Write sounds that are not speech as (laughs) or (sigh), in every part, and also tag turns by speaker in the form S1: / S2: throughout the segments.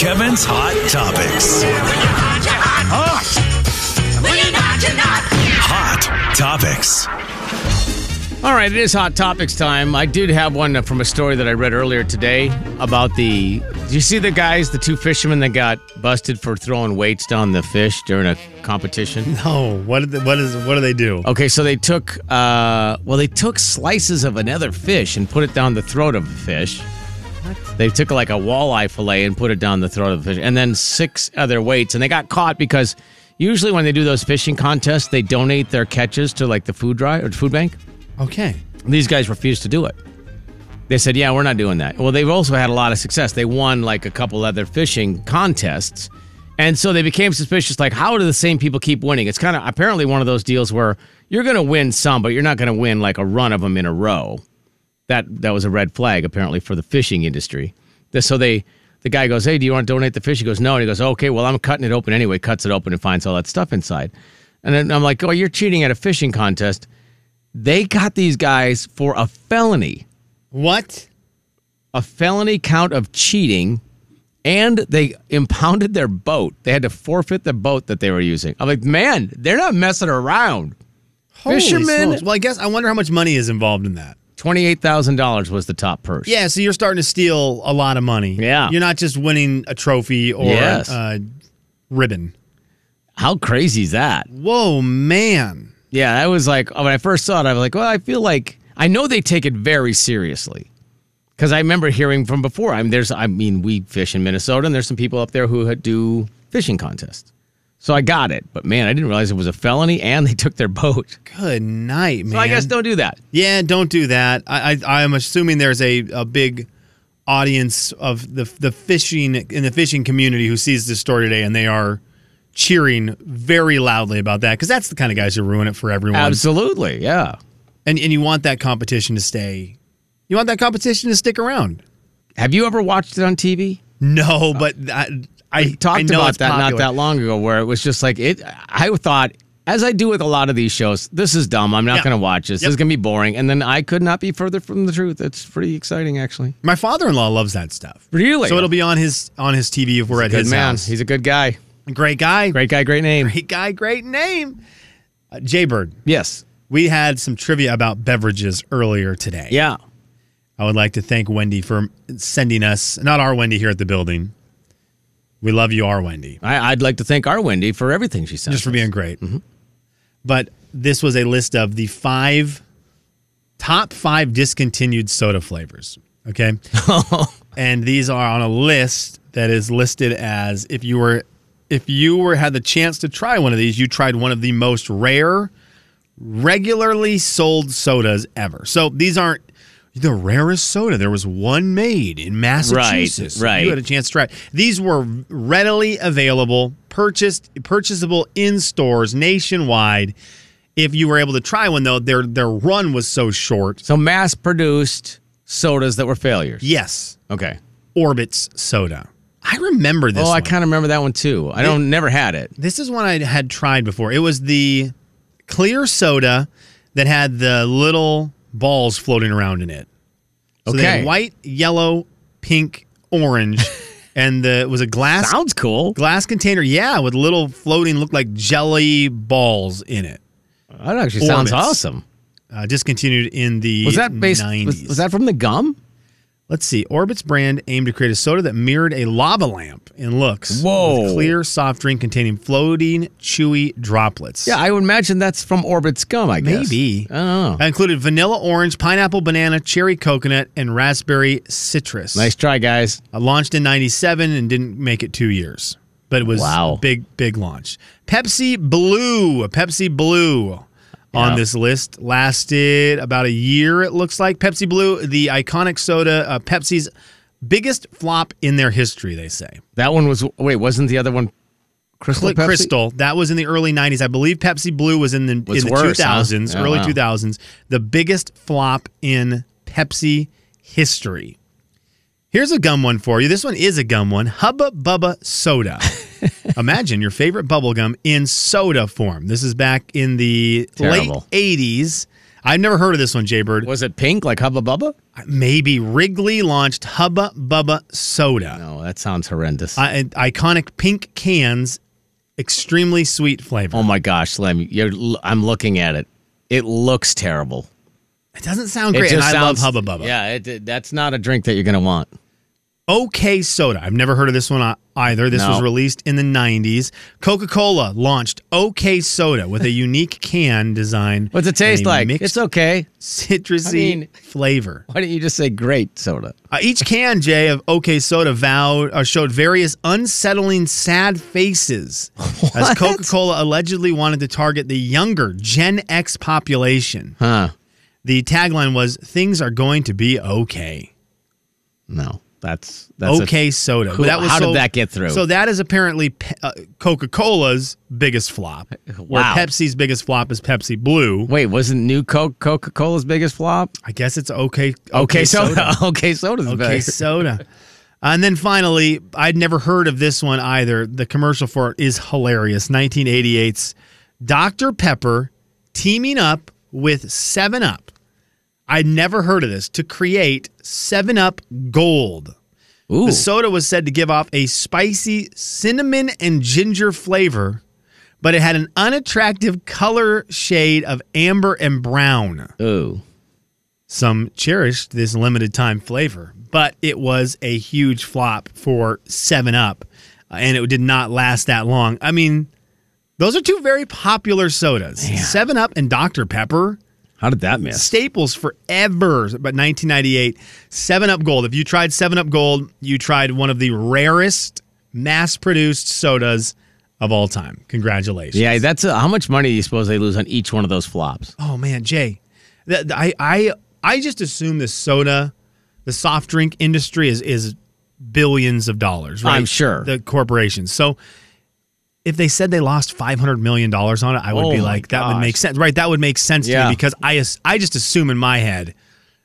S1: Kevin's Hot Topics. Hot Topics.
S2: All right, it is hot topics time. I did have one from a story that I read earlier today about the. Do you see the guys, the two fishermen that got busted for throwing weights down the fish during a competition?
S3: Oh, what did they, what is what do they do?
S2: Okay, so they took, uh, well, they took slices of another fish and put it down the throat of the fish. They took like a walleye fillet and put it down the throat of the fish, and then six other weights, and they got caught because usually when they do those fishing contests, they donate their catches to like the food drive or food bank.
S3: Okay.
S2: These guys refused to do it. They said, "Yeah, we're not doing that." Well, they've also had a lot of success. They won like a couple other fishing contests, and so they became suspicious. Like, how do the same people keep winning? It's kind of apparently one of those deals where you're going to win some, but you're not going to win like a run of them in a row. That that was a red flag apparently for the fishing industry. The- So they the guy goes, "Hey, do you want to donate the fish?" He goes, "No," and he goes, "Okay, well, I'm cutting it open anyway." Cuts it open and finds all that stuff inside. And then I'm like, "Oh, you're cheating at a fishing contest." They got these guys for a felony
S3: What?
S2: a felony count of cheating and they impounded their boat. They had to forfeit the boat that they were using. I'm like, man, they're not messing around.
S3: Holy
S2: Fishermen-
S3: smokes. Well, I guess I wonder how much money is involved in that.
S2: $28,000 was the top purse.
S3: Yeah, so you're starting to steal a lot of money.
S2: Yeah.
S3: You're not just winning a trophy or
S2: Yes.
S3: a ribbon.
S2: How crazy is that?
S3: Whoa, man.
S2: Yeah, that was like, when I first saw it, I was like, well, I feel like, I know they take it very seriously. Because I remember hearing from before. I mean, there's, I mean, we fish in Minnesota, and there's some people up there who do fishing contests. So I got it, but man, I didn't realize it was a felony, and they took their boat.
S3: Good night, man.
S2: So I guess don't do that.
S3: Yeah, don't do that. I, I I'm assuming there's a, a big audience of the the fishing in the fishing community who sees this story today and they are cheering very loudly about that because that's the kind of guys who ruin it for everyone.
S2: Absolutely, yeah.
S3: And and you want that competition to stay. You want that competition to stick around.
S2: Have you ever watched it on TV?
S3: No, but I I
S2: We talked
S3: I know
S2: about
S3: it's
S2: that not
S3: popular.
S2: that long ago, where it was just like it. I thought, as I do with a lot of these shows, this is dumb. I'm not
S3: Yeah.
S2: going to watch this. This is
S3: Yep.
S2: going to be boring. And then I could not be further from the truth. It's pretty exciting, actually.
S3: My father-in-law loves that stuff.
S2: Really?
S3: So it'll be on his on his TV if we're at
S2: Good
S3: his
S2: man.
S3: house.
S2: He's a good guy.
S3: great guy.
S2: Great guy. Great name.
S3: Great guy. Great name. Uh, Jaybird.
S2: Yes.
S3: We had some trivia about beverages earlier today.
S2: Yeah.
S3: I would like to thank Wendy for sending us, not our Wendy here at the building. We love you, our Wendy,
S2: I, I'd like to thank our Wendy for everything she sent.
S3: just for
S2: us.
S3: being great. But this was a list of the five top five discontinued soda flavors. Okay. and these are on a list that is listed as if you were if you were had the chance to try one of these, you tried one of the most rare regularly sold sodas ever. So these aren't the rarest soda. There was one made in Massachusetts.
S2: right.
S3: You had a chance to try. it. These were readily available, purchased, purchasable in stores nationwide. If you were able to try one though, their their run was so short.
S2: so mass produced sodas that were failures.
S3: Yes,
S2: Okay.
S3: Orbit's soda. I remember this.
S2: Oh,
S3: Oh,
S2: I kind of remember that one too. I don't never had it.
S3: This is one I had tried before. It was the clear soda that had the little balls floating around in it. So they
S2: Okay.
S3: had white, yellow, pink,
S2: (laughs)
S3: orange, and the it was a glass
S2: Sounds cool.
S3: glass container. Yeah, with little floating, looked like jelly balls in it.
S2: That actually sounds
S3: Orbits.
S2: awesome.
S3: Uh, discontinued in the
S2: Was that based? was-
S3: 90s.
S2: was that from the gum?
S3: Let's see. Orbit's brand aimed to create a soda that mirrored a lava lamp in looks.
S2: Whoa.
S3: With clear soft drink containing floating, chewy droplets.
S2: Yeah, I would imagine that's from Orbit's gum, I guess.
S3: Maybe.
S2: I don't know.
S3: That included vanilla orange, pineapple banana, cherry coconut, and raspberry citrus.
S2: Nice try, guys.
S3: Uh, launched in 97 and didn't make it two years, but it was
S2: Wow.
S3: a big, big launch. Pepsi Blue, Pepsi Blue
S2: Yeah.
S3: on this list lasted about a year, it looks like. Pepsi Blue, the iconic soda, uh, Pepsi's biggest flop in their history, they say.
S2: That one was wait, wasn't the other one Crystal
S3: Cl-
S2: Pepsi?
S3: Crystal. That was in the early '90s, I believe. Pepsi Blue was in the
S2: Was
S3: in the
S2: worse, huh?
S3: 2000s,
S2: Oh,
S3: early
S2: wow.
S3: 2000s. The biggest flop in Pepsi history. Here's a gum one for you. This one is a gum one. Hubba Bubba Soda.
S2: (laughs)
S3: Imagine your favorite bubble gum in soda form. This is back in the
S2: Terrible.
S3: late 80s. I've never heard of this one, Jaybird.
S2: Was it pink like Hubba Bubba?
S3: Maybe Wrigley launched Hubba Bubba Soda.
S2: No, Oh, that sounds horrendous.
S3: I- and iconic pink cans, extremely sweet flavor.
S2: oh my gosh, Lem, you're, l- I'm looking at it. It looks terrible.
S3: It doesn't sound
S2: It
S3: great. and I
S2: sounds-
S3: love Hubba Bubba.
S2: Yeah, it, it- that's not a drink that you're going to want.
S3: OK Soda. I've never heard of this one uh, either. This
S2: No.
S3: was released in the 90s. Coca Cola launched OK Soda with
S2: (laughs)
S3: a unique can design.
S2: What's it taste
S3: and a
S2: like?
S3: Mixed
S2: It's okay.
S3: citrusy
S2: I mean-
S3: flavor.
S2: Why don't you just say grape soda?
S3: Uh, each can, Jay, of OK Soda vowed, uh, showed various unsettling,
S2: (laughs)
S3: sad faces as Coca Cola allegedly wanted to target the younger Gen X population.
S2: Huh?
S3: The tagline was "Things are going to be okay."
S2: No, that's that's a-
S3: okay, soda.
S2: Who- how did that get through?
S3: So that is apparently Pe- uh, Coca-Cola's biggest flop. Where
S2: Wow.
S3: Pepsi's biggest flop is Pepsi Blue.
S2: wait, wasn't New Coke Coca Cola's biggest flop?
S3: I guess it's okay.
S2: Okay, soda. (laughs) okay, soda's
S3: (laughs) Okay,
S2: better.
S3: soda. And then finally, I'd never heard of this one either. The commercial for it is hilarious. 1988's Dr. Pepper teaming up with 7 Up. I'd never heard of this to create 7 Up Gold.
S2: Ooh,
S3: The soda was said to give off a spicy cinnamon and ginger flavor, but it had an unattractive color shade of amber and brown.
S2: ooh.
S3: Some cherished this limited time flavor, but it was a huge flop for 7 Up, uh, and it did not last that long. I mean, those are two very popular sodas 7 Up and Dr. Pepper.
S2: How did that miss?
S3: Staples forever, but 1998, 7 Up Gold. If you tried 7 Up Gold, you tried one of the rarest mass produced sodas of all time. Congratulations.
S2: Yeah, that's a, how much money do you suppose they lose on each one of those flops?
S3: Oh man, Jay, Th- th- I I I just assume the soda, the soft drink industry is is billions of dollars. Right?
S2: I'm sure.
S3: the corporations. So if they said they lost 500 million dollars on it, I would
S2: Oh,
S3: be
S2: my
S3: like, that would
S2: gosh.
S3: make sense, right? That would make sense to
S2: Yeah.
S3: me because I as- I just assume in my head.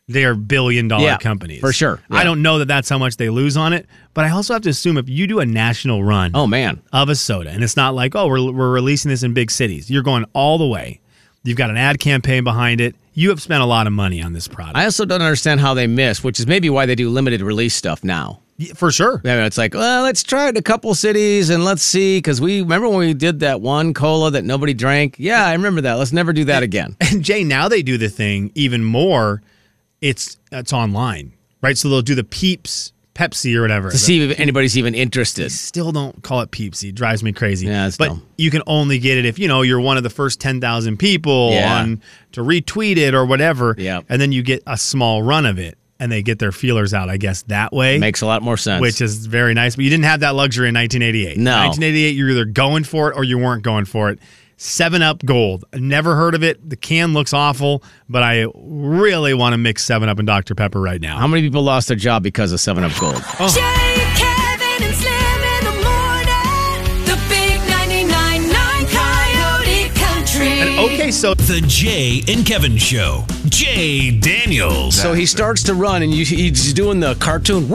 S3: They are billion dollar
S2: Yeah,
S3: companies.
S2: for sure.
S3: I
S2: Yeah.
S3: don't know that that's how much they lose on it, but I also have to assume if you do a national run,
S2: Oh man,
S3: of a soda. And it's not like, oh, we're, we're releasing this in big cities. You're going all the way. You've got an ad campaign behind it. You have spent a lot of money on this product.
S2: I also don't understand how they miss, which is maybe why they do limited release stuff now.
S3: Y- For sure.
S2: I mean, it's like, well, let's try it in a couple cities and let's see, because we remember when we did that one cola that nobody drank. Yeah, I remember that. Let's never do that again.
S3: And Jay, now they do the thing even more. It's it's online, right? So they'll do the Peeps Pepsi or whatever.
S2: To see if anybody's even
S3: (laughs)
S2: interested.
S3: Still don't call it Peepsy. It drives me crazy.
S2: Yeah, it's
S3: but
S2: dumb.
S3: you can only get it if you know you're one of the first ten thousand people
S2: Yeah.
S3: on to retweet it or whatever.
S2: Yep.
S3: And then you get a small run of it, and they get their feelers out. I guess that way.
S2: Makes a lot more sense.
S3: which is very nice. But you didn't have that luxury in 1988.
S2: No.
S3: 1988, you were either going for it or you weren't going for it. Seven Up Gold. Never heard of it. The can looks awful, but I really want to mix Seven Up and Dr Pepper right now.
S2: how many people lost their job because of Seven Up Gold?
S4: Jay, Kevin, and Slim in the morning. The big 99.9 Coyote Country.
S3: And okay, so
S1: The Jay and Kevin Show. Jay Daniels.
S2: So he starts to run, and you, he's doing the cartoon,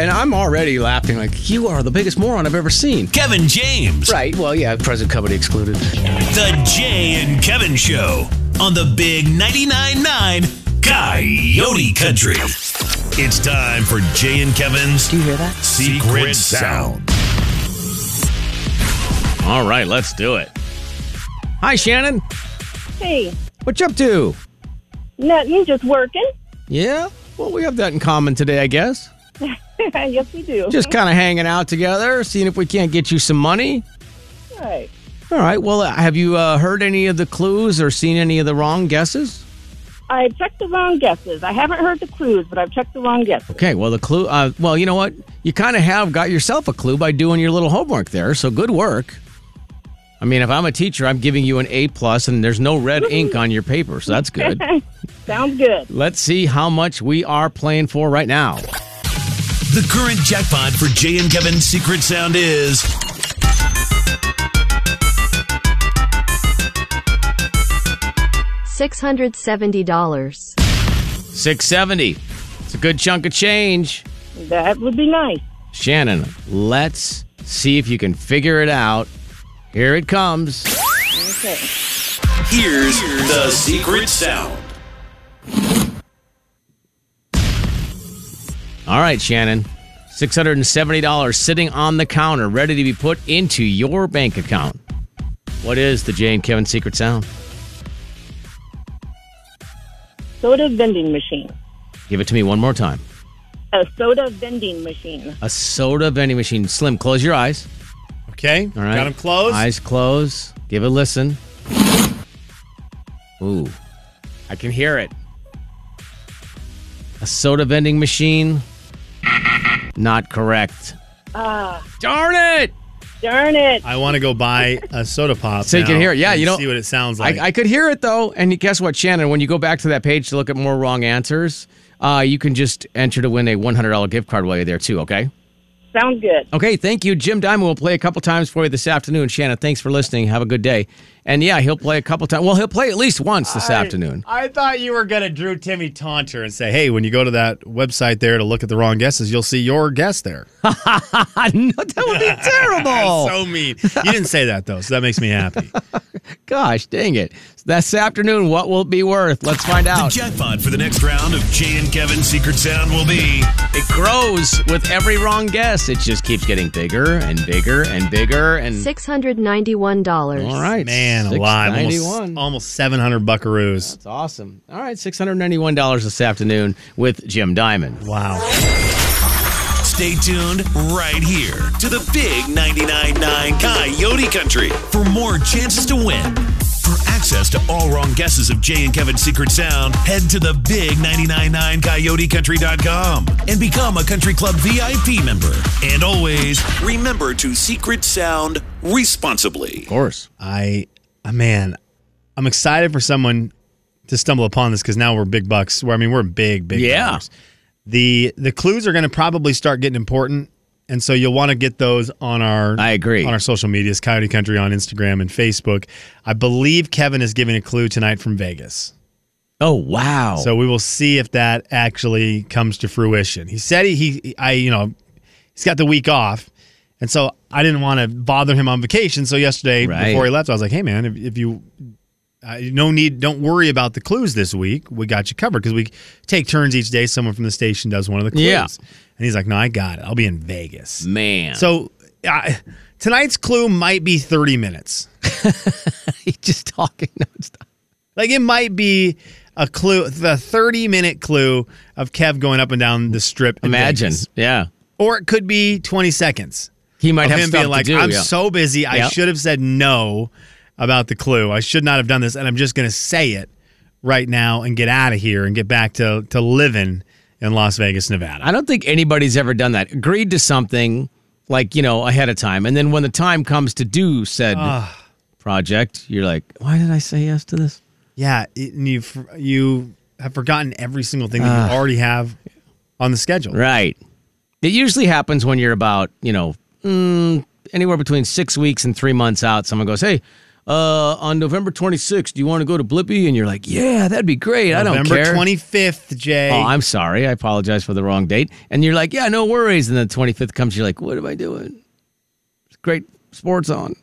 S2: and I'm already laughing like you are the biggest moron I've ever seen.
S1: Kevin James.
S2: Right? Well, yeah, present company excluded.
S1: The Jay and Kevin Show on the Big 99.9 9 Coyote Country. It's time for Jay and Kevin's
S2: You hear that?
S1: Secret Sound.
S2: All right, let's do it. Hi, Shannon.
S5: Hey,
S2: What you up to?
S5: nothing, just working. (laughs)
S2: Yeah. Well, we have that in common today, I guess.
S5: yes, we do.
S2: Just kind of hanging out together, seeing if we can't get you some money.
S5: right.
S2: All right. Well, uh, have you uh, heard any of the clues or seen any of the wrong guesses?
S5: I checked the wrong guesses. I haven't heard the clues, but I've checked the wrong guesses.
S2: Okay, well the clue. Uh, well, you know what? You kind of have got yourself a clue by doing your little homework there. So good work. I mean, if I'm a teacher, I'm giving you an A plus, and there's no red ink on your paper, so that's good.
S5: Sounds good.
S2: Let's see how much we are playing for right now.
S1: The current jackpot for Jay and Kevin's Secret Sound is
S6: $670.
S2: Six seventy. It's a good chunk of change.
S5: That would be nice.
S2: Shannon, let's see if you can figure it out. Here it comes.
S5: Okay.
S1: Here's the secret sound.
S2: All right, Shannon. $670 sitting on the counter, ready to be put into your bank account. What is the Jane Kevin secret sound?
S5: Soda vending machine.
S2: Give it to me one more time.
S5: A soda vending machine.
S2: A soda vending machine. Slim, close your eyes.
S3: Okay.
S2: All right.
S3: Got them closed.
S2: Eyes closed. Give it a listen. Ooh. I can hear it. A soda vending machine. Not correct. Darn it!
S5: Darn it.
S3: I want to go buy a soda pop.
S2: So you can
S3: now
S2: hear it. Yeah,
S3: and
S2: you know-
S3: See what it sounds like.
S2: I, I could hear it though. And guess what, Shannon? When you go back to that page to look at more wrong answers, uh, you can just enter to win a $100 gift card while you're there too, okay?
S5: Sounds good.
S2: Okay, thank you. Jim Diamond will play a couple times for you this afternoon. Shannon, thanks for listening. Have a good day. And yeah, he'll play a couple times. Well, he'll play at least once this afternoon.
S3: I thought you were gonna Drew Timmy Taunter and say, "Hey, when you go to that website there to look at the wrong guesses, you'll see your guess there."
S2: (laughs) I know that (laughs) would be terrible.
S3: so mean. You didn't say that though, so that makes me happy.
S2: Gosh, dang it. This afternoon, what will it be worth? Let's find
S1: The
S2: out.
S1: jackpot for the next round of Jay and Kevin's secret sound will be
S2: It grows with every wrong guess. It just keeps getting bigger and bigger and bigger and
S6: $691.
S2: All right.
S3: Man, alive, almost,
S2: 691.
S3: almost seven hundred buckaroos.
S2: It's awesome. All right, $691 this afternoon with Jim Diamond.
S3: Wow.
S1: Stay tuned right here to the big 99.9 Coyote Country for more chances to win. For access to all wrong guesses of Jay and Kevin's secret sound, head to the big 99.9 coyotecountry.com and become a Country Club VIP member. And always remember to secret sound responsibly.
S2: Of course.
S3: I, uh, man, I'm excited for someone to stumble upon this because now we're big bucks. Where I mean, we're big, big.
S2: Yeah.
S3: dollars. The the clues are going to probably start getting important, and so you'll want to get those on our.
S2: I agree.
S3: On our social medias, Coyote Country on Instagram and Facebook. I believe Kevin is giving a clue tonight from Vegas,
S2: Oh, wow.
S3: so we will see if that actually comes to fruition. He said he, he I you know he's got the week off. And so I didn't want to bother him on vacation. So yesterday,
S2: Right.
S3: before he left, I was like, "Hey, man, if, if you uh, no need, don't worry about the clues this week. We got you covered because we take turns each day. Someone from the station does one of the clues."
S2: Yeah.
S3: And he's like, "No, I got it. I'll be in Vegas."
S2: Man.
S3: So uh, tonight's clue might be thirty minutes.
S2: (laughs) he's just talking nonstop.
S3: Like it might be a clue, the thirty-minute clue of Kev going up and down the strip. in
S2: Imagine.
S3: Vegas.
S2: Yeah.
S3: or it could be twenty seconds.
S2: He might
S3: of
S2: have
S3: him
S2: stuff
S3: being like,
S2: to do.
S3: I'm
S2: yeah.
S3: so busy, I
S2: Yep.
S3: should have said no about the clue. I should not have done this, and I'm just going to say it right now and get out of here and get back to to living in Las Vegas, Nevada.
S2: I don't think anybody's ever done that. Agreed to something like, you know, ahead of time. And then when the time comes to do said
S3: Ah.
S2: project, you're like, why did I say yes to this?
S3: yeah, it, and you f- you have forgotten every single thing that you already have on the schedule.
S2: Ah. Right. It usually happens when you're about, you know, mm, anywhere between six weeks and three months out. Someone goes, hey, uh, on November 26th, do you want to go to Blippy? And you're like, yeah, that'd be great. I don't
S3: November
S2: care.
S3: 25th, Jay.
S2: Oh, I'm sorry. I apologize for the wrong date. And you're like, yeah, no worries. And then 25th comes, you're like, what am I doing? It's great sports on.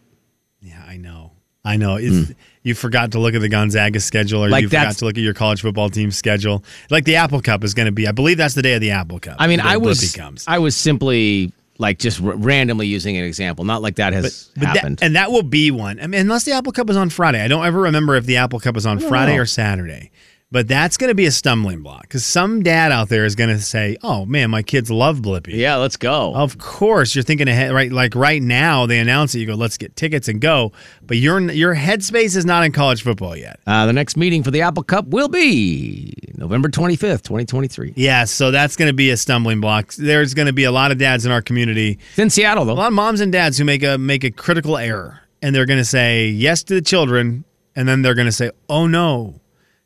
S3: yeah, I know. I know. It's, You forgot to look at the Gonzaga schedule, or
S2: Hmm. Like
S3: you forgot
S2: that's-
S3: to look at your college football team schedule. Like the Apple Cup is going to be. I believe that's the day of the Apple Cup.
S2: I mean,
S3: the day
S2: I was
S3: Blippi comes.
S2: I was simply like just r- randomly using an example. Not like that has
S3: But that-
S2: happened.
S3: and that will be one. I mean, unless the Apple Cup is on Friday. I don't ever remember if the Apple Cup is on Friday
S2: know.
S3: or Saturday. But that's going to be a stumbling block because some dad out there is going to say, oh, man, my kids love Blippi.
S2: yeah, let's go.
S3: Of course, you're thinking ahead, right? Like right now, they announce it. You go, let's get tickets and go. But your your headspace is not in college football yet.
S2: Uh, the next meeting for the Apple Cup will be November 25th, 2023.
S3: Yeah, so that's going to be a stumbling block. There's going to be a lot of dads in our community
S2: It's in Seattle,
S3: a
S2: though.
S3: lot of moms and dads who make a make a critical error and they're going to say yes to the children and then they're going to say oh no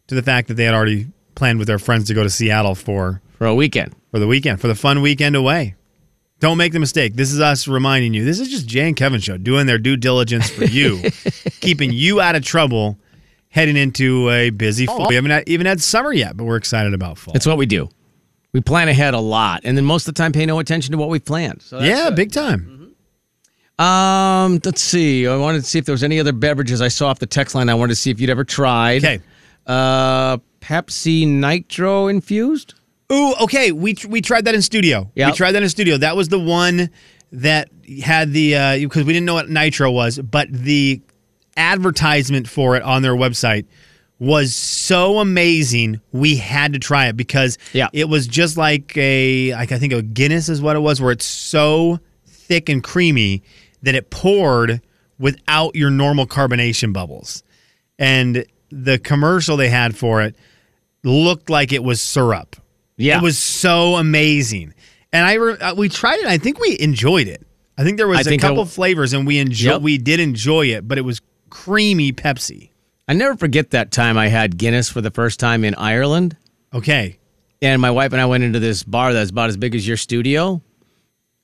S3: to the fact that they had already planned with their friends to go to Seattle for
S2: For a weekend.
S3: for the weekend for the fun weekend away. Don't make the mistake. This is us reminding you. This is just Jay and Kevin show doing their due diligence for
S2: (laughs)
S3: you, keeping you out of trouble heading into a busy fall. We haven't had, even had summer yet, but we're excited about fall.
S2: It's what we do. We plan ahead a lot, and then most of the time pay no attention to what we've planned. So that's Mm-hmm.
S3: yeah,
S2: good.
S3: big time.
S2: Um, let's see. I wanted to see if there was any other beverages I saw off the text line. I wanted to see if you'd ever tried.
S3: Okay.
S2: Uh, Pepsi Nitro infused.
S3: Ooh, okay. We tr- we tried that in studio.
S2: Yep.
S3: We tried that in studio. That was the one that had the uh, because we didn't know what nitro was, but the advertisement for it on their website was so amazing. We had to try it because
S2: Yeah.
S3: it was just like a like I think a Guinness is what it was, where it's so thick and creamy that it poured without your normal carbonation bubbles. And the commercial they had for it looked like it was syrup.
S2: Yeah.
S3: It was so amazing. And I re- uh, we tried it. I think we enjoyed it. I think there
S2: I
S3: was a
S2: think I
S3: couple
S2: w-
S3: flavors and we enjoy
S2: Yep.
S3: we did enjoy it, but it was creamy Pepsi.
S2: I never forget that time I had Guinness for the first time in Ireland.
S3: Okay.
S2: and my wife and I went into this bar that's about as big as your studio,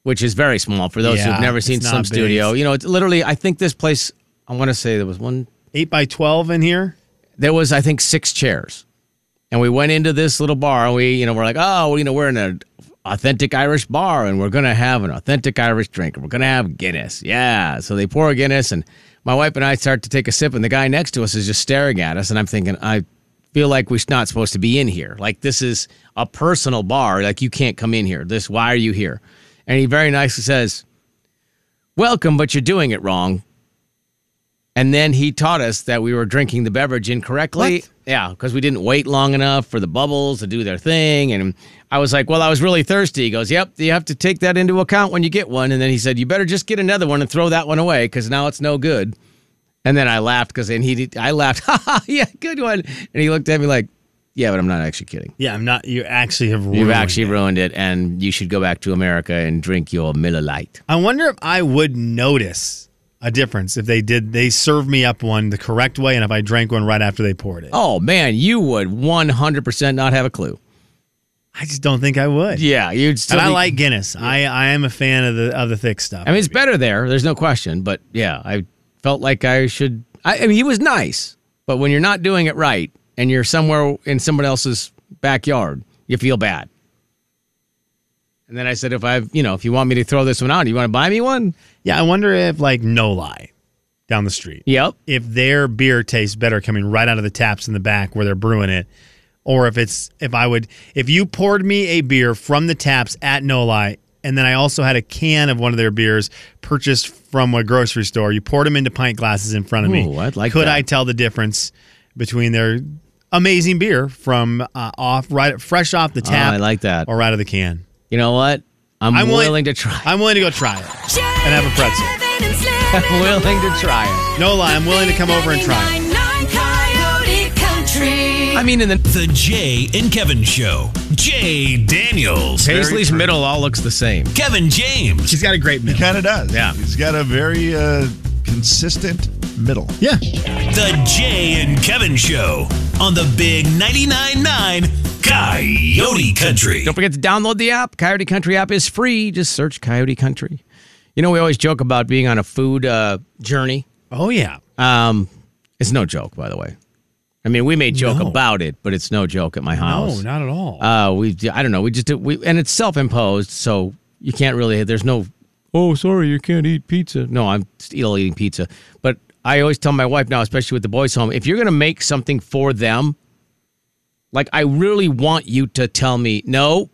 S2: which is very small for those
S3: Yeah,
S2: who've never
S3: it's
S2: seen
S3: not
S2: some
S3: big.
S2: studio. You know, it's literally, I think this place, I want to say there was one,
S3: 8 by 12 in here.
S2: there was, I think, six chairs. And we went into this little bar and we, you know, we're like, oh, well, you know, we're in an authentic Irish bar and we're going to have an authentic Irish drink and we're going to have Guinness. Yeah. So they pour Guinness and my wife and I start to take a sip and the guy next to us is just staring at us. And I'm thinking, I feel like we're not supposed to be in here. Like this is a personal bar. Like you can't come in here. This, why are you here? And he very nicely says, welcome, but you're doing it wrong. And then he taught us that we were drinking the beverage incorrectly.
S3: What?
S2: Yeah, because we didn't wait long enough for the bubbles to do their thing. And I was like, well, I was really thirsty. He goes, yep, you have to take that into account when you get one. And then he said, you better just get another one and throw that one away because now it's no good. And then I laughed because and he I laughed, (laughs) ha ha, yeah, good one. And he looked at me like, yeah, but I'm not actually kidding.
S3: Yeah, I'm not you actually have ruined
S2: You've actually
S3: it.
S2: ruined it, and you should go back to America and drink your Miller Lite.
S3: I wonder if I would notice a difference if they did they served me up one the correct way and if I drank one right after they poured it.
S2: Oh man, you would 100% not have a clue.
S3: I just don't think I would.
S2: Yeah, you'd still.
S3: and I
S2: be-
S3: like Guinness. I I am a fan of the of the thick stuff.
S2: I mean, it's better there. There's no question. But yeah, I felt like I should. I, I mean, he was nice, but when you're not doing it right and you're somewhere in someone else's backyard, you feel bad. And then I said, if I, you know, if you want me to throw this one out, you want to buy me one?
S3: Yeah, I wonder if like No Lie down the street,
S2: Yep.
S3: if their beer tastes better coming right out of the taps in the back where they're brewing it, or if it's if I would if you poured me a beer from the taps at No Lie, and then I also had a can of one of their beers purchased from a grocery store. You poured them into pint glasses in front of me.
S2: Ooh, I'd like
S3: Could
S2: that.
S3: I tell the difference between their amazing beer from uh, off right fresh off the tap?
S2: Oh, I like that.
S3: Or right out of the can.
S2: You know what? I'm,
S3: I'm
S2: willing
S3: willing-
S2: to try.
S3: I'm willing to go try it.
S4: And
S3: have a pretzel.
S2: (laughs)
S3: (laughs)
S2: I'm willing to try it.
S3: No lie, I'm willing to come over and try it.
S4: Coyote Country.
S2: I mean, in the
S1: The Jay and Kevin Show. Jay Daniels.
S2: Paisley's middle all looks the same.
S1: Kevin James.
S3: She's got a great middle.
S7: Kind of does.
S2: Yeah.
S7: He's got a very uh, consistent middle.
S3: Yeah.
S1: The Jay and Kevin Show on the Big 99.9 9 Coyote Country.
S2: Don't forget to download the app. Coyote Country app is free. Just search Coyote Country. You know, we always joke about being on a food uh, journey.
S3: Oh yeah.
S2: Um, it's no joke, by the way. I mean, we may joke
S3: No.
S2: about it, but it's no joke at my house.
S3: not at all.
S2: Uh, we, I don't know. We just do, we, and it's self imposed, so you can't really. There's no. Oh, sorry, you can't eat pizza. No, I'm still eating pizza. But I always tell my wife now, especially with the boys home, if you're gonna make something for them, like I really want you to tell me, no,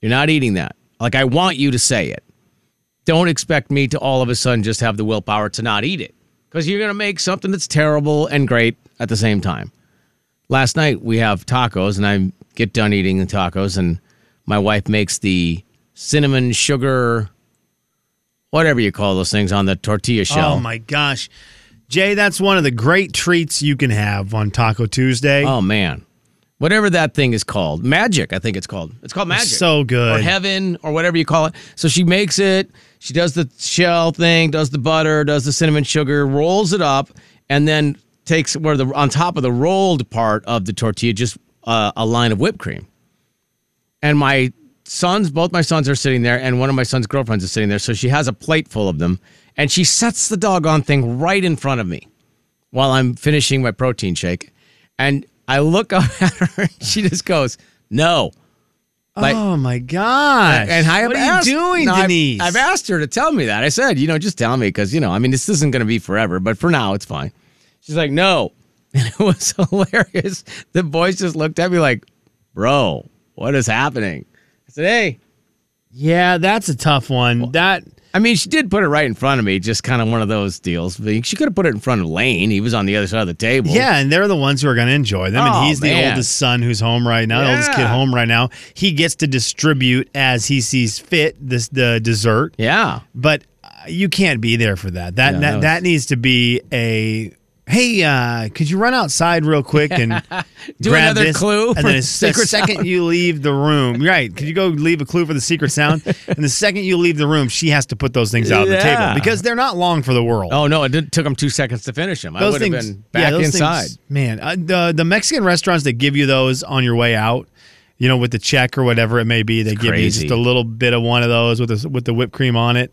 S2: you're not eating that. Like I want you to say it. Don't expect me to all of a sudden just have the willpower to not eat it because you're gonna make something that's terrible and great at the same time last night we have tacos and I get done eating the tacos and my wife makes the cinnamon sugar whatever you call those things on the tortilla shell.
S3: oh my gosh. Jay, that's one of the great treats you can have on Taco Tuesday.
S2: Oh, man. Whatever that thing is called. Magic, I think it's called. It's called magic.
S3: so good.
S2: Or heaven or whatever you call it. So she makes it, she does the shell thing, does the butter, does the cinnamon sugar, rolls it up, and then takes where the on top of the rolled part of the tortilla just uh, a line of whipped cream. and my sons, both my sons are sitting there, and one of my son's girlfriends is sitting there. So she has a plate full of them, and she sets the doggone thing right in front of me while I'm finishing my (laughs) protein shake. And I look up at her, and she just goes, No. Like,
S3: oh my gosh!
S2: and I have
S3: what
S2: asked,
S3: are you doing,
S2: No, I've-
S3: Denise?
S2: I've, asked her to tell me that. I said, you know, just tell me because you know, I mean, this isn't going to be forever, but for now, it's fine. She's like, no, (laughs) and it was (laughs) hilarious. The boys just looked at me like, bro, what is happening? I said, hey.
S3: Yeah, that's a tough one. that
S2: I mean, she did put it right in front of me, just kind of one of those deals. But She could have put it in front of Lane. He was on the other side of the table.
S3: yeah, and they're the ones who are going to enjoy them.
S2: Oh,
S3: and he's
S2: man.
S3: the oldest son who's home right now, the oldest
S2: Yeah.
S3: kid home right now. He gets to distribute as he sees fit this the dessert,
S2: Yeah.
S3: but uh, you can't be there for that. That
S2: Yeah,
S3: that,
S2: that was-
S3: that needs to be a hey, uh, could you run outside real quick and
S2: (laughs) Do
S3: grab
S2: another
S3: this?
S2: clue
S3: And
S2: for
S3: then
S2: the (laughs)
S3: the
S2: secret
S3: second you leave the room, right? Could you go leave a clue for the
S2: (laughs)
S3: secret sound? and the second you leave the room, she has to put those things out on the
S2: Yeah.
S3: table because they're not long for the world.
S2: Oh no! It did, took him two seconds to finish him. I
S3: those
S2: would
S3: things,
S2: have been back
S3: yeah, those
S2: inside.
S3: Things, man, uh, the the Mexican restaurants that give you those on your way out, you know, with the check or whatever it may be, they give
S2: crazy.
S3: you just a little bit of one of those with the, with the whipped cream on it.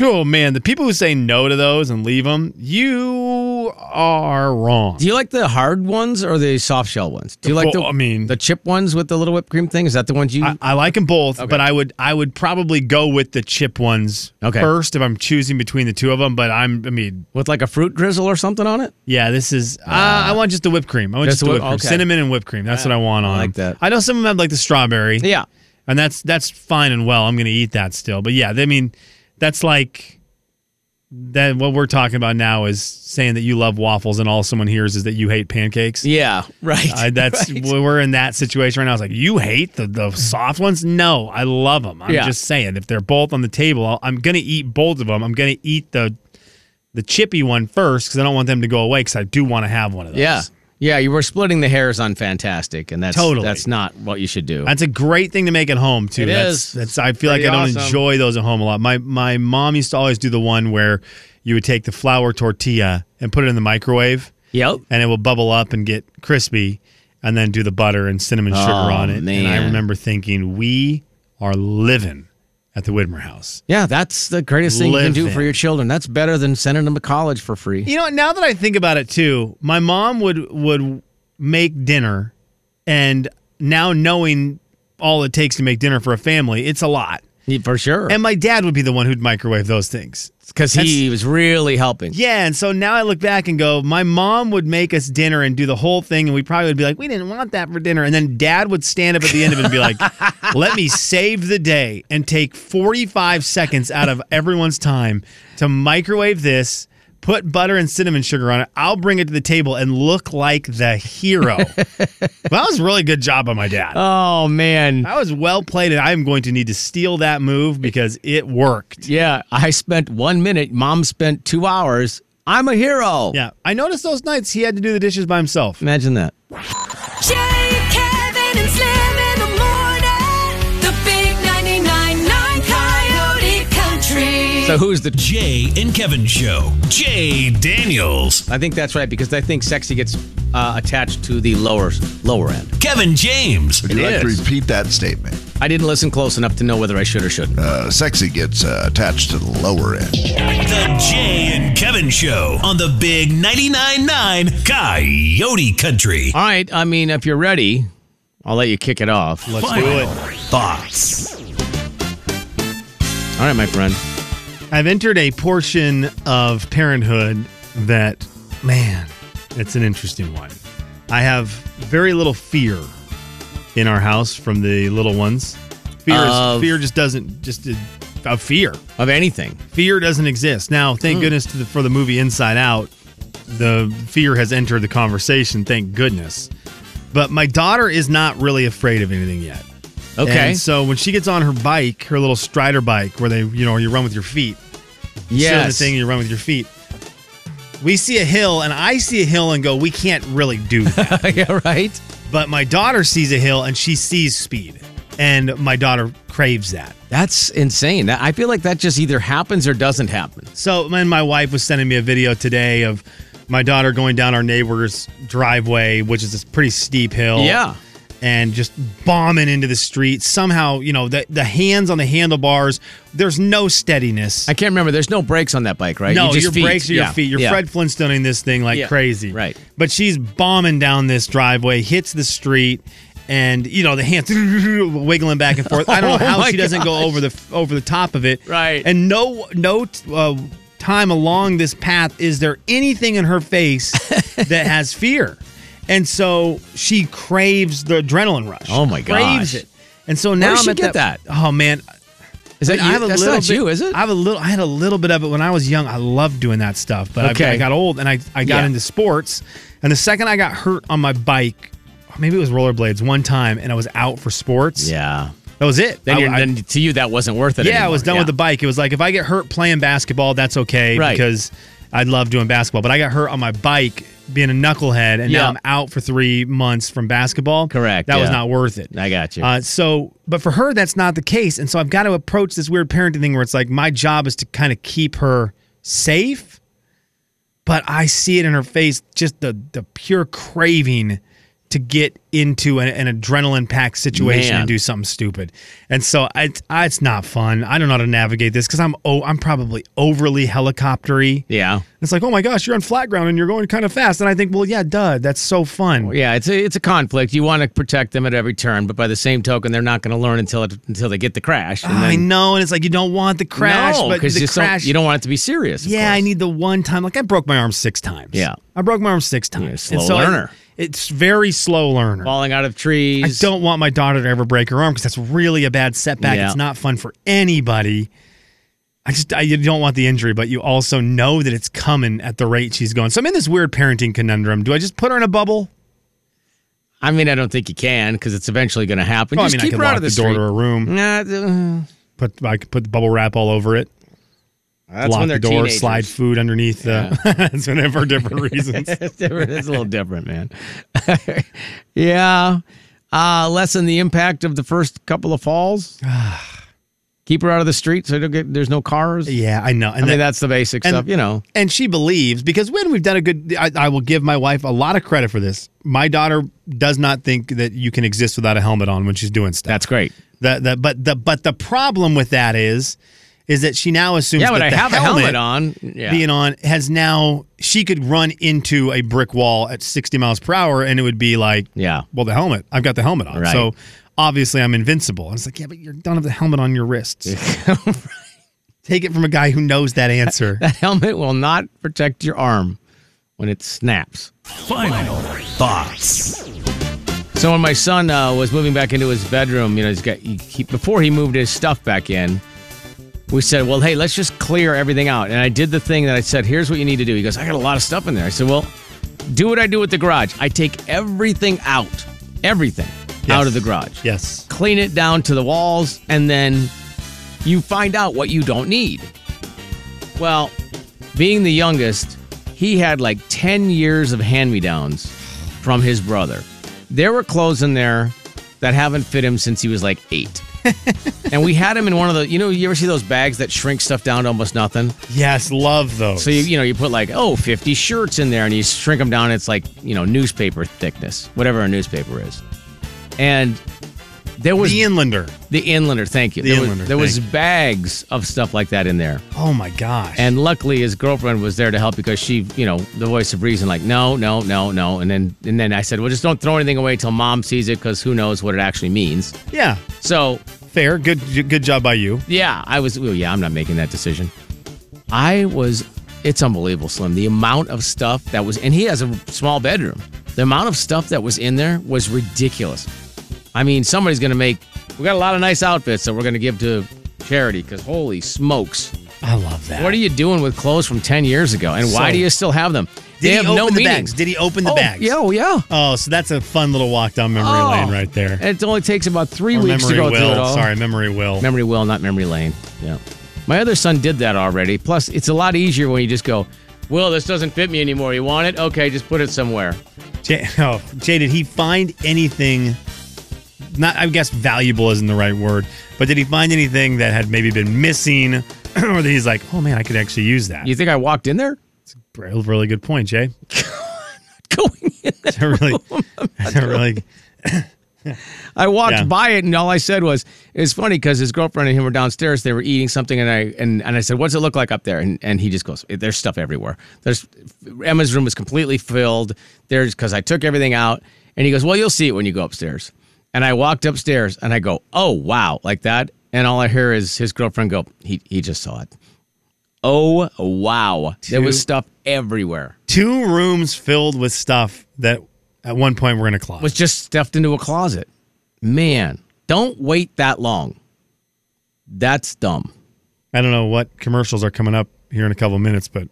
S3: Oh man, the people who say no to those and leave them, you are wrong.
S2: Do you like the hard ones or the soft shell ones? Do you like
S3: Well,
S2: the
S3: I mean-
S2: the chip ones with the little whipped cream thing? Is that the ones you?
S3: I, I like them both, but I would I would probably go with the chip ones
S2: Okay.
S3: first if I'm choosing between the two of them. But I'm I mean
S2: with like a fruit drizzle or something on it?
S3: Yeah, this is. Uh, I want just the whipped cream. I want
S2: Ah. Just
S3: just, the
S2: whi-
S3: whipped cream.
S2: okay. Ah,
S3: cinnamon and whipped cream. That's what I want on.
S2: like
S3: 'em.
S2: that.
S3: I know some of them have like the strawberry.
S2: Yeah.
S3: and that's that's fine and well. I'm going to eat that still. But yeah, I mean, that's like that. What we're talking about now is saying that you love waffles, and all someone hears is that you hate pancakes.
S2: Yeah. Right. (laughs)
S3: I, that's
S2: Right.
S3: we're in that situation right now. It's like you hate the, the soft ones. No, I love them. I'm
S2: Yeah.
S3: just saying if they're both on the table, I'll, I'm gonna eat both of them. I'm gonna eat the the chippy one first because I don't want them to go away because I do want to have one of those.
S2: yeah. Yeah. You were splitting the hairs on fantastic, and that's
S3: Totally.
S2: that's not what you should do.
S3: That's a great thing to make at home too.
S2: It
S3: that's,
S2: is.
S3: That's I feel like
S2: Pretty
S3: I don't
S2: awesome.
S3: enjoy those at home a lot. My my mom used to always do the one where you would take the flour tortilla and put it in the microwave.
S2: yep.
S3: and it will bubble up and get crispy and then do the butter and cinnamon sugar on it. And
S2: Oh, man.
S3: I remember thinking, we are living at the Widmer house.
S2: Yeah. That's the greatest thing you can do
S3: Live
S2: for your children. That's better than sending them to college for free.
S3: You know, now that I think about it too, my mom would would make dinner and now knowing all it takes to make dinner for a family, it's a lot.
S2: Yeah, For sure.
S3: And my dad would be the one who'd microwave those things.
S2: Because he was really helping.
S3: Yeah, and so now I look back and go, my mom would make us dinner and do the whole thing, and we probably would be like, we didn't want that for dinner. And then dad would stand up at the end of it and be like, let me save the day and take 45 seconds out of everyone's time to microwave this, put butter and cinnamon sugar on it. I'll bring it to the table and look like the hero. well, that was a really good job by my dad.
S2: Oh man.
S3: that was well played, and I'm going to need to steal that move because it worked.
S2: Yeah. I spent one minute. Mom spent two hours. I'm a hero.
S3: Yeah, I noticed those nights he had to do the dishes by himself.
S2: Imagine that.
S4: Jay, Kevin, and Slim in the morning. The big 99.9 Coyote Country.
S2: So who's the?
S1: Jay and Kevin Show. Jay Daniels.
S2: I think that's right because I think sexy gets uh, attached to the lower lower end.
S1: Kevin James.
S7: Would you like
S2: is.
S7: to repeat that statement?
S2: I didn't listen close enough to know whether I should or shouldn't.
S7: Uh, sexy gets uh, attached to the lower end.
S1: The Jay and Kevin Show on the Big 99.9 9 Coyote Country.
S2: All right. I mean, if you're ready, I'll let you kick it off. All
S3: Let's do
S1: Final
S3: it.
S1: Thoughts.
S2: right, my friend.
S3: I've entered a portion of parenthood that, man, it's an interesting one. I have very little fear in our house from the little ones. Fear,
S2: Of-
S3: is, fear just doesn't just uh, of fear.
S2: Of anything.
S3: Fear doesn't exist now. Thank goodness to the, for the movie Inside Out. The fear has entered the conversation. Thank goodness. But my daughter is not really afraid of anything yet.
S2: Okay.
S3: And so when she gets on her bike, her little Strider bike, where they you know you run with your feet. Yeah,
S2: yes.
S3: the thing you run with your feet. We see a hill, and I see a hill and go, we can't really
S2: (laughs)
S3: do that.
S2: yeah. Right.
S3: but my daughter sees a hill and she sees speed. And my daughter craves that.
S2: That's insane. That- I feel like that just either happens or doesn't happen.
S3: So when my wife was sending me a video today of my daughter going down our neighbor's driveway, which is this pretty steep hill.
S2: Yeah.
S3: And just bombing into the street. Somehow, you know, the, the hands on the handlebars, there's no steadiness.
S2: I can't remember. There's no brakes on that bike, right?
S3: No,
S2: You just
S3: your
S2: feet.
S3: brakes are your
S2: Yeah,
S3: feet. You're
S2: yeah.
S3: Fred Flintstoning this thing like
S2: Yeah,
S3: crazy.
S2: right.
S3: But she's bombing down this driveway, hits the street, and you know the hands (laughs) wiggling back and forth. I don't
S2: (laughs)
S3: know
S2: Oh
S3: how
S2: my
S3: she doesn't go over the over the top of it.
S2: Right.
S3: And no no uh, time along this path is there anything in
S2: (laughs)
S3: her face that has fear, and so she craves the adrenaline rush.
S2: Oh my
S3: Craves
S2: gosh.
S3: it. And so now
S2: does
S3: I'm
S2: she
S3: at
S2: get
S3: Oh man.
S2: Is that
S3: I
S2: you?
S3: have a
S2: That's
S3: little
S2: not
S3: bit,
S2: you, is it?
S3: I have a little. I had a little bit of it when I was young. I loved doing that stuff, but I-
S2: Okay.
S3: I, got old and I, I got
S2: Yeah.
S3: into sports. And the second I got hurt on my bike, or maybe it was rollerblades one time, and I was out for sports.
S2: yeah.
S3: that was it.
S2: Then,
S3: I-
S2: you're,
S3: I-
S2: then to you, that wasn't worth it.
S3: yeah, I
S2: anymore.
S3: was done with
S2: Yeah.
S3: the bike. It was like if I get hurt playing basketball, that's okay
S2: Right.
S3: because I love doing basketball. But I got hurt on my bike being a knucklehead, and
S2: Yeah.
S3: now I'm out for three months from basketball.
S2: Correct,
S3: That was
S2: yeah.
S3: not worth it.
S2: I got you.
S3: Uh, so, but for her, that's not the case, and so I've got to approach this weird parenting thing where it's like my job is to kind of keep her safe, but I see it in her face just the the pure craving to get into an, an adrenaline packed situation
S2: Man.
S3: and do something stupid, and so I, I, it's not fun. I don't know how to navigate this because I'm oh I'm probably overly helicoptery.
S2: yeah.
S3: It's like, oh my gosh, you're on flat ground and you're going kind of fast. And I think, well, yeah, duh, that's so fun.
S2: Yeah, it's a it's a conflict. You want to protect them at every turn, but by the same token, they're not going to learn until it, until they get the crash. And
S3: Oh, I
S2: then-
S3: know, and it's like you don't want the crash,
S2: No,
S3: but the
S2: you,
S3: crash.
S2: don't, you don't want it to be serious. of
S3: yeah, I
S2: course.
S3: need the one time. Like I broke my arm six times.
S2: Yeah.
S3: I broke my arm six times.
S2: a
S3: And
S2: slow
S3: I-
S2: learner.
S3: it's very slow learner.
S2: falling out of
S3: I
S2: trees.
S3: don't want my daughter to ever break her arm because that's really a bad setback.
S2: Yeah.
S3: It's not fun for anybody. I just I, you don't want the injury, but you also know that it's coming at the rate she's going. So I'm in this weird parenting conundrum. Do I just put her in a bubble?
S2: I mean, I don't think you can because it's eventually going to happen.
S3: Well,
S2: Just
S3: I mean, I
S2: keep
S3: could
S2: her
S3: lock
S2: out of
S3: the,
S2: the,
S3: door to
S2: street.
S3: her room.
S2: Nah, th- uh,
S3: Put I could put bubble wrap all over it.
S2: that's
S3: lock
S2: when they're
S3: the door,
S2: teenagers.
S3: (laughs) slide food underneath. The, (laughs) it's been for different
S2: (laughs)
S3: reasons.
S2: it's different. It's a little different, man. (laughs) yeah. Uh, lessen the impact of the first couple of
S3: (sighs)
S2: falls. Keep her out of the street so you don't get, there's no cars.
S3: Ah. Yeah, I know. And
S2: I mean,
S3: then-
S2: that's the basic
S3: and-
S2: stuff, you know.
S3: and she believes because when we've done a good, I, I will give my wife a lot of credit for this. My daughter does not think that you can exist without a helmet on when she's doing stuff.
S2: That's great.
S3: the, the but the but the problem with that is, is that she now assumes
S2: Yeah, but
S3: that
S2: I
S3: the
S2: have
S3: helmet,
S2: a helmet on. Yeah.
S3: being on has now she could run into a brick wall at 60 miles per hour and it would be like
S2: Yeah.
S3: well the helmet I've got the helmet on
S2: Right.
S3: so obviously I'm invincible and it's like yeah but you don't have the helmet on
S2: (laughs)
S3: your wrists take it from a guy who knows
S2: (laughs)
S3: that answer
S2: that helmet will not protect your arm when it snaps.
S1: Final thoughts.
S2: So when my son uh, was moving back into his bedroom, you know, he's got he, he, before he moved his stuff back in, we said, "Well, hey, let's just clear everything out." And I did the thing that I said, "Here's what you need to do." He goes, "I got a lot of stuff in there." I said, "Well, do what I do with the garage. I take everything out, everything out of the garage,
S3: yes
S2: clean it down to the walls, and then you find out what you don't need." Well, being the youngest, he had like 10 years of hand me downs from his brother. There were clothes in there that haven't fit him since he was like eight. and we had him in one of the, you know, you ever see those bags that shrink stuff down to almost nothing?
S3: yes love those
S2: So, you, you know, you put like, oh, 50 shirts in there and you shrink them down. It's like, you know, newspaper thickness, whatever a newspaper is. And there was
S3: the inlander
S2: the Inlander, thank you.
S3: The
S2: there
S3: Inlander,
S2: was, there was
S3: thank you.
S2: bags of stuff like that in there.
S3: oh my gosh
S2: And luckily, his girlfriend was there to help because she, you know, the voice of reason, like, no, no, no, no. And then, and then I said, well, just don't throw anything away till mom sees it because who knows what it actually means.
S3: yeah
S2: So,
S3: fair good good job by you
S2: yeah, I was, well, yeah, I'm not making that decision. I was, it's unbelievable, Slim. The amount of stuff that was, and he has a small bedroom. The amount of stuff that was in there was ridiculous. I mean, somebody's going to make, we got a lot of nice outfits that we're going to give to charity because holy smokes.
S3: I love that
S2: What are you doing with clothes from 10 years ago? And why
S3: So-
S2: do you still have them? they
S3: did he
S2: have
S3: open
S2: no
S3: the
S2: meaning.
S3: bags did he open the
S2: oh,
S3: bags
S2: Yeah, oh, yeah.
S3: oh so that's a fun little walk down memory
S2: Oh.
S3: lane right there
S2: And it only takes about three
S3: Or
S2: weeks to
S3: memory
S2: go through
S3: will.
S2: it all.
S3: Sorry, memory will.
S2: Memory will, not memory lane. Yeah. My other son did that already. Plus, it's a lot easier when you just go, Will, this doesn't fit me anymore. You want it? Okay, just put it somewhere.
S3: Jay, oh, Jay, did he find anything? Not, I guess, valuable isn't the right word, but did he find anything that had maybe been missing, (clears throat) or that he's like, oh man, I could actually use that?
S2: You think I walked in there? (laughs)
S3: Real- really good point, Jay. (laughs)
S2: Going in there.
S3: That's a
S2: (laughs)
S3: really,
S2: Oh,
S3: (laughs) that's a really.
S2: I walked
S3: Yeah.
S2: by it and all I said was, it's funny because his girlfriend and him were downstairs. They were eating something and I and, and I said, what's it look like up there? And, and he just goes, there's stuff everywhere. There's Emma's room is completely filled. There's because I took everything out. And he goes, well, you'll see it when you go upstairs. And I walked upstairs and I go, oh, wow, like that. And all I hear is his girlfriend go, he, he just saw it. Oh, wow. There was
S3: Two-
S2: stuff everywhere.
S3: Two rooms filled with stuff that at one point were in a closet.
S2: was just stuffed into a closet. Man, don't wait that long. That's dumb. (laughs)
S3: I don't know what commercials are coming up here in a couple of minutes, but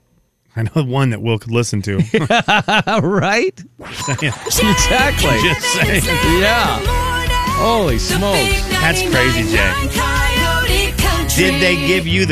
S3: I know one that Will could
S2: (laughs)
S3: listen to.
S2: All right? Exactly.
S4: (laughs)
S3: Just saying.
S2: Yeah. Holy smokes.
S3: That's crazy, Jay. Did they give you the